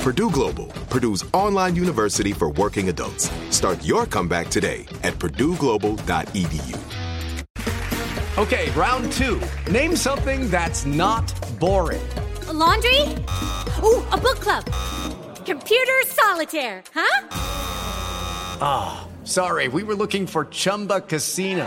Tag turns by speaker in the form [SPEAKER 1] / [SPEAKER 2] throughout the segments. [SPEAKER 1] Purdue Global, Purdue's online university for working adults. Start your comeback today at purdueglobal.edu.
[SPEAKER 2] Okay, round two. Name something that's not boring.
[SPEAKER 3] A laundry? Ooh, a book club. Computer solitaire, huh?
[SPEAKER 2] Sorry, we were looking for Chumba Casino.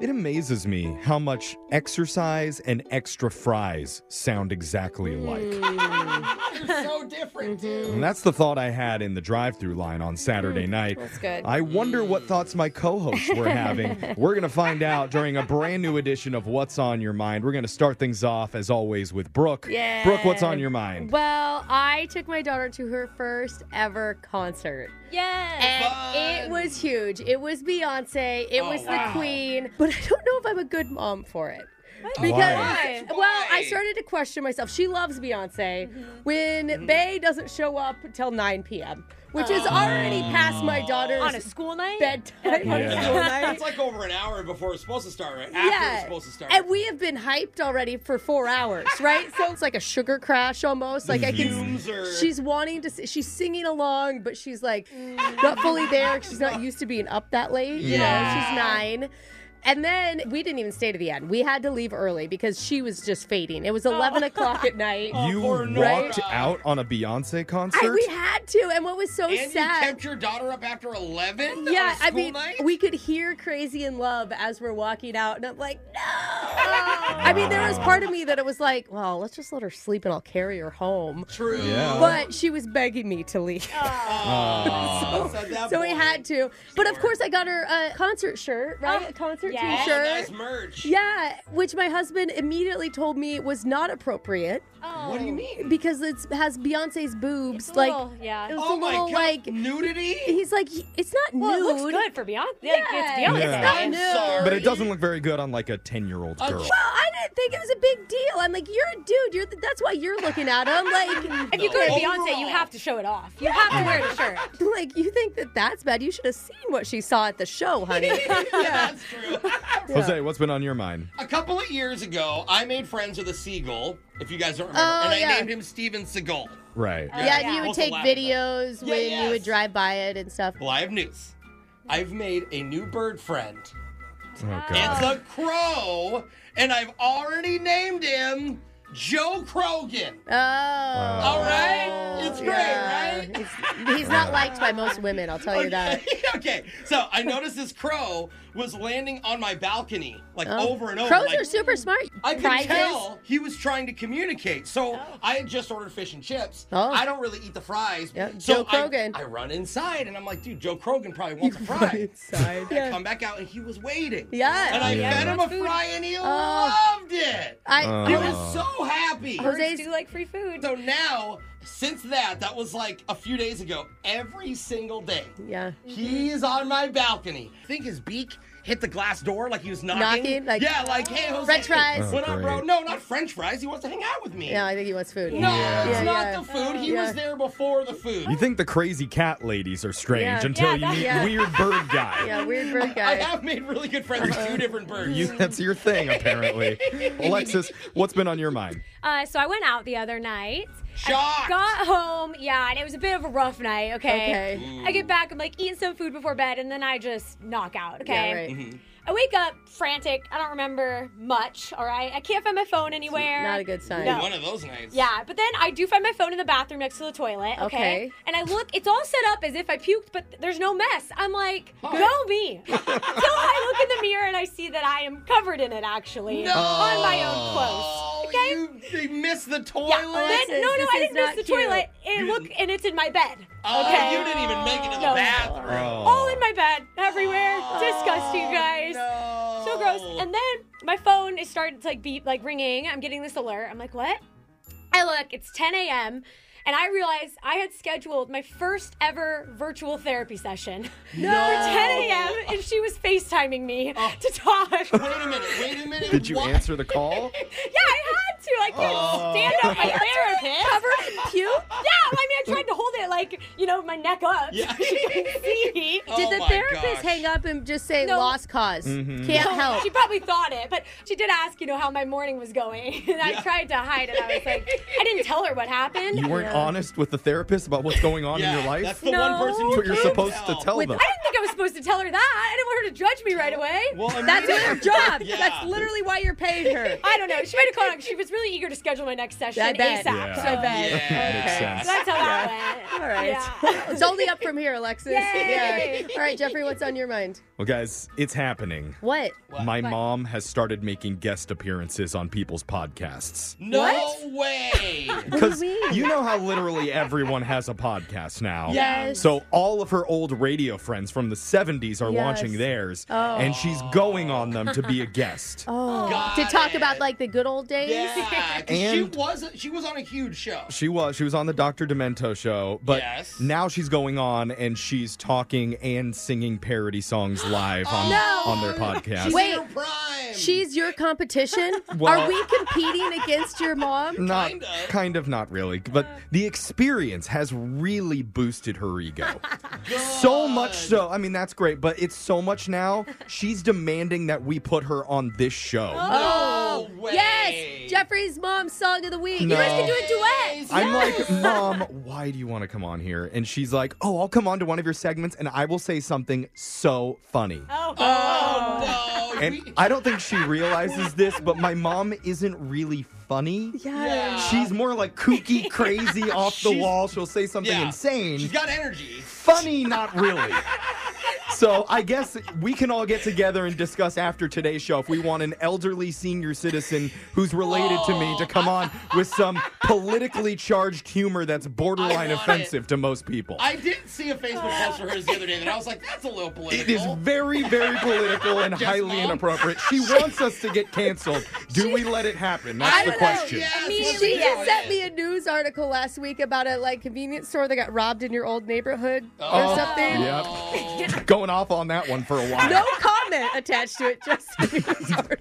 [SPEAKER 4] It amazes me how much exercise and extra fries sound exactly alike. so different, And that's the thought I had in the drive through line on Saturday night. Mm. That's Mm.
[SPEAKER 5] good.
[SPEAKER 4] I wonder what thoughts my co hosts were having. We're going to find out during a brand new edition of What's on Your Mind. We're going to start things off, as always, with Brooke. Brooke, what's on your mind?
[SPEAKER 5] Well, I took my daughter to her first ever concert.
[SPEAKER 3] Yes.
[SPEAKER 5] And it was huge. It was Beyonce.
[SPEAKER 3] Oh,
[SPEAKER 5] It was the Queen. But I don't know if I'm a good mom for it. Because
[SPEAKER 4] Why?
[SPEAKER 5] well, I started to question myself. She loves Beyonce.
[SPEAKER 3] Mm-hmm.
[SPEAKER 5] When Bay doesn't show up till 9 p.m., which is already past my daughter's
[SPEAKER 3] Oh. On a school night?
[SPEAKER 5] bedtime. on a
[SPEAKER 4] Yeah.
[SPEAKER 5] school night.
[SPEAKER 6] It's like over an hour before it's supposed to start, right? After
[SPEAKER 5] yeah.
[SPEAKER 6] it's supposed to start.
[SPEAKER 5] And we have been hyped already for four hours, right? so it's like a sugar crash almost. Like I can.
[SPEAKER 6] Fumes are-
[SPEAKER 5] She's wanting to. s- She's singing along, but she's like not fully there. 'cause She's not used to being up that late. You know, she's nine. And then we didn't even stay to the end. We had to leave early because she was just fading. It was
[SPEAKER 3] Oh.
[SPEAKER 5] 11 o'clock at night.
[SPEAKER 4] You
[SPEAKER 6] poor
[SPEAKER 4] walked
[SPEAKER 6] Nora.
[SPEAKER 4] out on a Beyonce concert?
[SPEAKER 5] I, we had to. And what was so
[SPEAKER 6] and you
[SPEAKER 5] sad.
[SPEAKER 6] kept your daughter up after 11? on a
[SPEAKER 5] yeah, I
[SPEAKER 6] school
[SPEAKER 5] mean,
[SPEAKER 6] night?
[SPEAKER 5] we could hear "Crazy in Love" as we're walking out, and I'm like, no. I mean, there was part of me that it was like, well, let's just let her sleep, and I'll carry her home.
[SPEAKER 6] True.
[SPEAKER 4] Yeah.
[SPEAKER 5] But she was begging me to leave,
[SPEAKER 6] Oh, so, that
[SPEAKER 5] so we
[SPEAKER 6] boy.
[SPEAKER 5] had to. But of course, I got her a concert shirt, right? a concert
[SPEAKER 3] yeah.
[SPEAKER 6] Oh,
[SPEAKER 5] T-shirt.
[SPEAKER 6] nice merch.
[SPEAKER 5] Yeah, which my husband immediately told me was not appropriate
[SPEAKER 6] Oh. What do you mean?
[SPEAKER 5] because it has Beyonce's
[SPEAKER 3] It's
[SPEAKER 5] boobs.
[SPEAKER 3] a
[SPEAKER 5] like,
[SPEAKER 3] little- yeah.
[SPEAKER 5] it was
[SPEAKER 6] oh
[SPEAKER 5] a
[SPEAKER 6] my
[SPEAKER 5] little
[SPEAKER 6] god.
[SPEAKER 5] like.
[SPEAKER 6] Nudity?
[SPEAKER 5] He's like, it's not
[SPEAKER 3] Well,
[SPEAKER 5] nude.
[SPEAKER 3] it looks good for Beyonce. Like,
[SPEAKER 5] Yeah.
[SPEAKER 3] it's Beyonce.
[SPEAKER 4] Yeah.
[SPEAKER 6] I'm
[SPEAKER 5] new.
[SPEAKER 6] sorry.
[SPEAKER 4] but it doesn't look very good on like a 10 year old girl.
[SPEAKER 5] Well, I didn't think it was a big deal. I'm like, you're a dude. You're the, that's why you're looking at him. Like,
[SPEAKER 3] If you go to
[SPEAKER 6] No.
[SPEAKER 3] Beyonce, you have to show it off. You have to wear the shirt.
[SPEAKER 5] like you think that that's bad. You should have seen what she saw at the show, honey.
[SPEAKER 6] That's true.
[SPEAKER 4] Jose, what's been on your mind?
[SPEAKER 6] a couple of years ago, I made friends with a seagull, if you guys don't remember,
[SPEAKER 5] Oh,
[SPEAKER 6] and I
[SPEAKER 5] yeah.
[SPEAKER 6] named him Steven Seagal.
[SPEAKER 4] Right.
[SPEAKER 5] yeah, and you would
[SPEAKER 6] Also
[SPEAKER 5] take
[SPEAKER 6] laugh at that.
[SPEAKER 5] videos
[SPEAKER 6] Yeah,
[SPEAKER 5] when you
[SPEAKER 6] yes.
[SPEAKER 5] would drive by it and stuff.
[SPEAKER 6] Well, I have news. I've made a new bird friend.
[SPEAKER 4] Oh,
[SPEAKER 6] It's
[SPEAKER 4] God.
[SPEAKER 6] a crow, and I've already named him Joe Krogan.
[SPEAKER 5] Oh, all
[SPEAKER 6] All right? It's great, right?
[SPEAKER 5] He's, he's not liked by most women. I'll tell you that.
[SPEAKER 6] okay, so I noticed this crow was landing on my balcony, like over and over.
[SPEAKER 5] Oh. Crows
[SPEAKER 6] like, mm-hmm.
[SPEAKER 5] are super smart.
[SPEAKER 6] I could
[SPEAKER 5] Prizes.
[SPEAKER 6] tell he was trying to communicate. So I had just ordered fish and chips.
[SPEAKER 5] Oh.
[SPEAKER 6] I don't really eat the fries.
[SPEAKER 5] Yeah,
[SPEAKER 6] So
[SPEAKER 5] Joe
[SPEAKER 6] I-
[SPEAKER 5] Krogan.
[SPEAKER 6] I, run inside and I'm like, dude, Joe Krogan probably wants a fry.
[SPEAKER 5] Inside.
[SPEAKER 6] I come back out and he was waiting.
[SPEAKER 5] Yeah.
[SPEAKER 6] And I
[SPEAKER 4] Yeah.
[SPEAKER 6] fed him a
[SPEAKER 3] Food.
[SPEAKER 6] fry and
[SPEAKER 5] Oh.
[SPEAKER 6] he loved it.
[SPEAKER 5] I,
[SPEAKER 6] He
[SPEAKER 4] Oh.
[SPEAKER 6] was so happy.
[SPEAKER 5] Jose's-
[SPEAKER 3] Birds do like free food.
[SPEAKER 6] So now since that, that was like a few days ago, every single day,
[SPEAKER 5] Yeah.
[SPEAKER 6] he's on my balcony. I think his beak hit the glass door like he was knocking.
[SPEAKER 5] Knocking, like,
[SPEAKER 6] yeah, like, hey, Jose.
[SPEAKER 5] French fries.
[SPEAKER 6] What up, bro?
[SPEAKER 4] Oh, great.
[SPEAKER 6] No, not French fries. He wants to hang out with me.
[SPEAKER 5] Yeah, I think he wants food.
[SPEAKER 6] No,
[SPEAKER 4] Yeah.
[SPEAKER 6] it's
[SPEAKER 5] Yeah,
[SPEAKER 6] not
[SPEAKER 5] yeah.
[SPEAKER 6] the food. He
[SPEAKER 5] Yeah.
[SPEAKER 6] was there before the food.
[SPEAKER 4] You think the crazy cat ladies are strange
[SPEAKER 5] Yeah.
[SPEAKER 4] until
[SPEAKER 7] Yeah,
[SPEAKER 4] you meet
[SPEAKER 5] that-
[SPEAKER 4] weird bird guy.
[SPEAKER 5] Yeah, weird bird
[SPEAKER 6] I
[SPEAKER 5] guy.
[SPEAKER 6] have made really good friends with
[SPEAKER 5] Uh-huh.
[SPEAKER 6] two different birds.
[SPEAKER 4] You, that's your thing, apparently. Alexis, what's been on your mind?
[SPEAKER 7] Uh, so I went out the other night.
[SPEAKER 6] Shocked.
[SPEAKER 7] Got home, yeah, and it was a bit of a rough night. Okay. I get back, I'm like eating some food before bed, and then I just knock out. Okay.
[SPEAKER 5] Yeah, right.
[SPEAKER 6] Mm-hmm.
[SPEAKER 7] I wake up frantic. I don't remember much. All right. I can't find my phone anywhere.
[SPEAKER 5] Not a good sign.
[SPEAKER 7] No.
[SPEAKER 6] One of those nights.
[SPEAKER 7] Yeah, but then I do find my phone in the bathroom next to the toilet. Okay.
[SPEAKER 5] Okay.
[SPEAKER 7] And I look, it's all set up as if I puked, but there's no mess. I'm like,
[SPEAKER 6] Oh.
[SPEAKER 7] go me. so I look in the mirror and I see that I am covered in it actually. On my own clothes.
[SPEAKER 6] Oh,
[SPEAKER 7] Okay.
[SPEAKER 6] you they missed the toilet.
[SPEAKER 7] Yeah, then-
[SPEAKER 5] Alexis,
[SPEAKER 7] no, no,
[SPEAKER 5] this
[SPEAKER 7] I
[SPEAKER 5] is
[SPEAKER 7] didn't
[SPEAKER 5] not
[SPEAKER 7] miss the
[SPEAKER 5] cute.
[SPEAKER 7] toilet. And look, and it's in my bed.
[SPEAKER 6] Oh,
[SPEAKER 7] okay.
[SPEAKER 6] you didn't even make it to the
[SPEAKER 7] No.
[SPEAKER 6] bathroom.
[SPEAKER 7] All in my bed, everywhere.
[SPEAKER 6] Oh.
[SPEAKER 7] Disgusting, guys. So gross. And then my phone is starting to like beep, like ringing. I'm getting this alert. I'm like, what? I look, it's 10 a.m. And I realize I had scheduled my first ever virtual therapy session for 10 a.m. and she was FaceTiming me
[SPEAKER 6] Oh.
[SPEAKER 7] to talk.
[SPEAKER 6] Wait a minute. Wait a minute.
[SPEAKER 4] Did you
[SPEAKER 6] what?
[SPEAKER 4] answer the call?
[SPEAKER 7] Yeah, I had to. I couldn't
[SPEAKER 6] Oh.
[SPEAKER 7] stand up my therapist. Covered in puke? Yeah, I mean, I tried to hold it like, you know, my neck up.
[SPEAKER 6] Yeah.
[SPEAKER 7] she couldn't see.
[SPEAKER 6] Oh
[SPEAKER 5] Did the
[SPEAKER 6] my
[SPEAKER 5] therapist
[SPEAKER 6] gosh.
[SPEAKER 5] hang up and just say
[SPEAKER 7] No.
[SPEAKER 5] lost because
[SPEAKER 4] Mm.
[SPEAKER 5] Can't help.
[SPEAKER 7] She probably thought it, but she did ask, you know, how my morning was going. And I tried to hide it. I was like, I didn't tell her what happened.
[SPEAKER 4] You weren't honest with the therapist about what's going on
[SPEAKER 6] Yeah,
[SPEAKER 4] in your life?
[SPEAKER 6] That's the
[SPEAKER 7] No.
[SPEAKER 6] one person
[SPEAKER 4] That's
[SPEAKER 6] you
[SPEAKER 4] what you're
[SPEAKER 6] can
[SPEAKER 4] supposed to tell
[SPEAKER 7] I
[SPEAKER 4] them.
[SPEAKER 7] didn't think I was supposed to tell her that. I didn't want her to judge me right away.
[SPEAKER 6] Well, I mean,
[SPEAKER 5] That's her job.
[SPEAKER 6] Yeah.
[SPEAKER 5] That's literally why you're paying her.
[SPEAKER 7] I don't know. She might have called. She was really eager to schedule my next session
[SPEAKER 5] I bet.
[SPEAKER 7] ASAP.
[SPEAKER 4] Yeah.
[SPEAKER 7] So
[SPEAKER 5] I bet.
[SPEAKER 4] Makes
[SPEAKER 6] yeah.
[SPEAKER 4] sense.
[SPEAKER 7] that's how that went.
[SPEAKER 5] All right.
[SPEAKER 7] Yeah.
[SPEAKER 5] It's only up from here, Alexis.
[SPEAKER 7] Yay.
[SPEAKER 5] Yeah. All right, Jeffrey, what's on your mind?
[SPEAKER 4] Well, guys, it's happening.
[SPEAKER 5] What?
[SPEAKER 4] My mom has started making guest appearances on people's podcasts.
[SPEAKER 6] No
[SPEAKER 5] What?
[SPEAKER 6] way.
[SPEAKER 4] Because you know how literally everyone has a podcast now.
[SPEAKER 5] Yes.
[SPEAKER 4] So all of her old radio friends from the 70s are
[SPEAKER 5] Yes.
[SPEAKER 4] launching theirs, and she's
[SPEAKER 5] Oh.
[SPEAKER 4] going on them to be a guest.
[SPEAKER 6] Got
[SPEAKER 5] to talk
[SPEAKER 6] it.
[SPEAKER 5] about like the good old days.
[SPEAKER 6] Yeah. 'cause she
[SPEAKER 4] And-
[SPEAKER 6] was she was on a huge show.
[SPEAKER 4] She was. She was on the Dr. Demento show, but
[SPEAKER 6] Yes.
[SPEAKER 4] now she's going on and she's talking and singing parody songs live on, on their podcast.
[SPEAKER 6] She's
[SPEAKER 5] Wait.
[SPEAKER 6] in her prime.
[SPEAKER 5] She's your competition.
[SPEAKER 4] Well-
[SPEAKER 5] Are we competing against your mom?
[SPEAKER 4] not
[SPEAKER 6] Kind of.
[SPEAKER 4] kind of not really but the experience has really boosted her ego so much so i mean that's great but it's so much now she's demanding that we put her on this show Oh,
[SPEAKER 6] No way.
[SPEAKER 5] Yes, Jeffrey's mom's song of the week.
[SPEAKER 4] No. You guys can do
[SPEAKER 5] a duet.
[SPEAKER 4] i'm like mom why do you want to come on here and she's like oh i'll come on to one of your segments and i will say something so funny
[SPEAKER 7] Oh,
[SPEAKER 6] Oh no.
[SPEAKER 4] and
[SPEAKER 6] we-
[SPEAKER 4] i don't think she realizes this but my mom isn't really funny
[SPEAKER 6] yeah.
[SPEAKER 4] She's more like kooky, crazy, off the
[SPEAKER 6] She's-
[SPEAKER 4] wall. She'll say something
[SPEAKER 6] Yeah.
[SPEAKER 4] insane.
[SPEAKER 6] She's got energy.
[SPEAKER 4] funny, not really. So I guess we can all get together and discuss after today's show if we want an elderly senior citizen who's related to me to come on with some politically charged humor that's borderline
[SPEAKER 6] I want
[SPEAKER 4] offensive to most people.
[SPEAKER 6] I did see a Facebook post for hers the other day that I was like, that's a little
[SPEAKER 4] it is
[SPEAKER 6] political.
[SPEAKER 4] very, very political and
[SPEAKER 6] Yes,
[SPEAKER 4] highly
[SPEAKER 6] Mom?
[SPEAKER 4] inappropriate. She wants us to get canceled. Do we let it happen? That's
[SPEAKER 5] I don't
[SPEAKER 4] the
[SPEAKER 5] know.
[SPEAKER 4] question.
[SPEAKER 6] Yes, let's
[SPEAKER 5] She
[SPEAKER 6] do
[SPEAKER 5] just
[SPEAKER 6] it.
[SPEAKER 5] sent me a news article last week about a like convenience store that got robbed in your old neighborhood
[SPEAKER 6] Oh.
[SPEAKER 5] or something.
[SPEAKER 4] Yep. Going off on that one for a while.
[SPEAKER 5] No comment attached to it. Just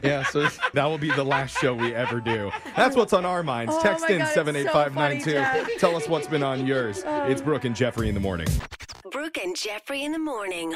[SPEAKER 4] Yeah, so that will be the last show we ever do. That's what's on our minds.
[SPEAKER 5] Oh
[SPEAKER 4] Text
[SPEAKER 5] my
[SPEAKER 4] in
[SPEAKER 5] God, it's so funny,
[SPEAKER 4] 78592.
[SPEAKER 5] Jeff.
[SPEAKER 4] Tell us what's been on yours. It's Brooke and Jeffrey in the morning.
[SPEAKER 8] Brooke and Jeffrey in the morning.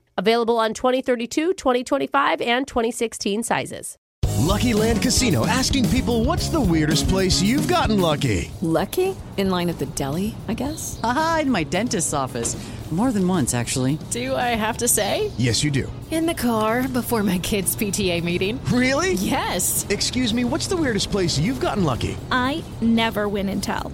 [SPEAKER 9] Available on 2032, 2025, and 2016 sizes.
[SPEAKER 10] Lucky Land Casino asking people what's the weirdest place you've gotten lucky?
[SPEAKER 11] Lucky? In line at the deli, I guess?
[SPEAKER 8] Aha, in my dentist's office.
[SPEAKER 12] More than once, actually.
[SPEAKER 13] Do I have to say?
[SPEAKER 2] Yes, you do.
[SPEAKER 13] In the car before my kids' PTA meeting.
[SPEAKER 2] Really?
[SPEAKER 13] Yes.
[SPEAKER 2] Excuse me, what's the weirdest place you've gotten lucky?
[SPEAKER 14] I never win and tell.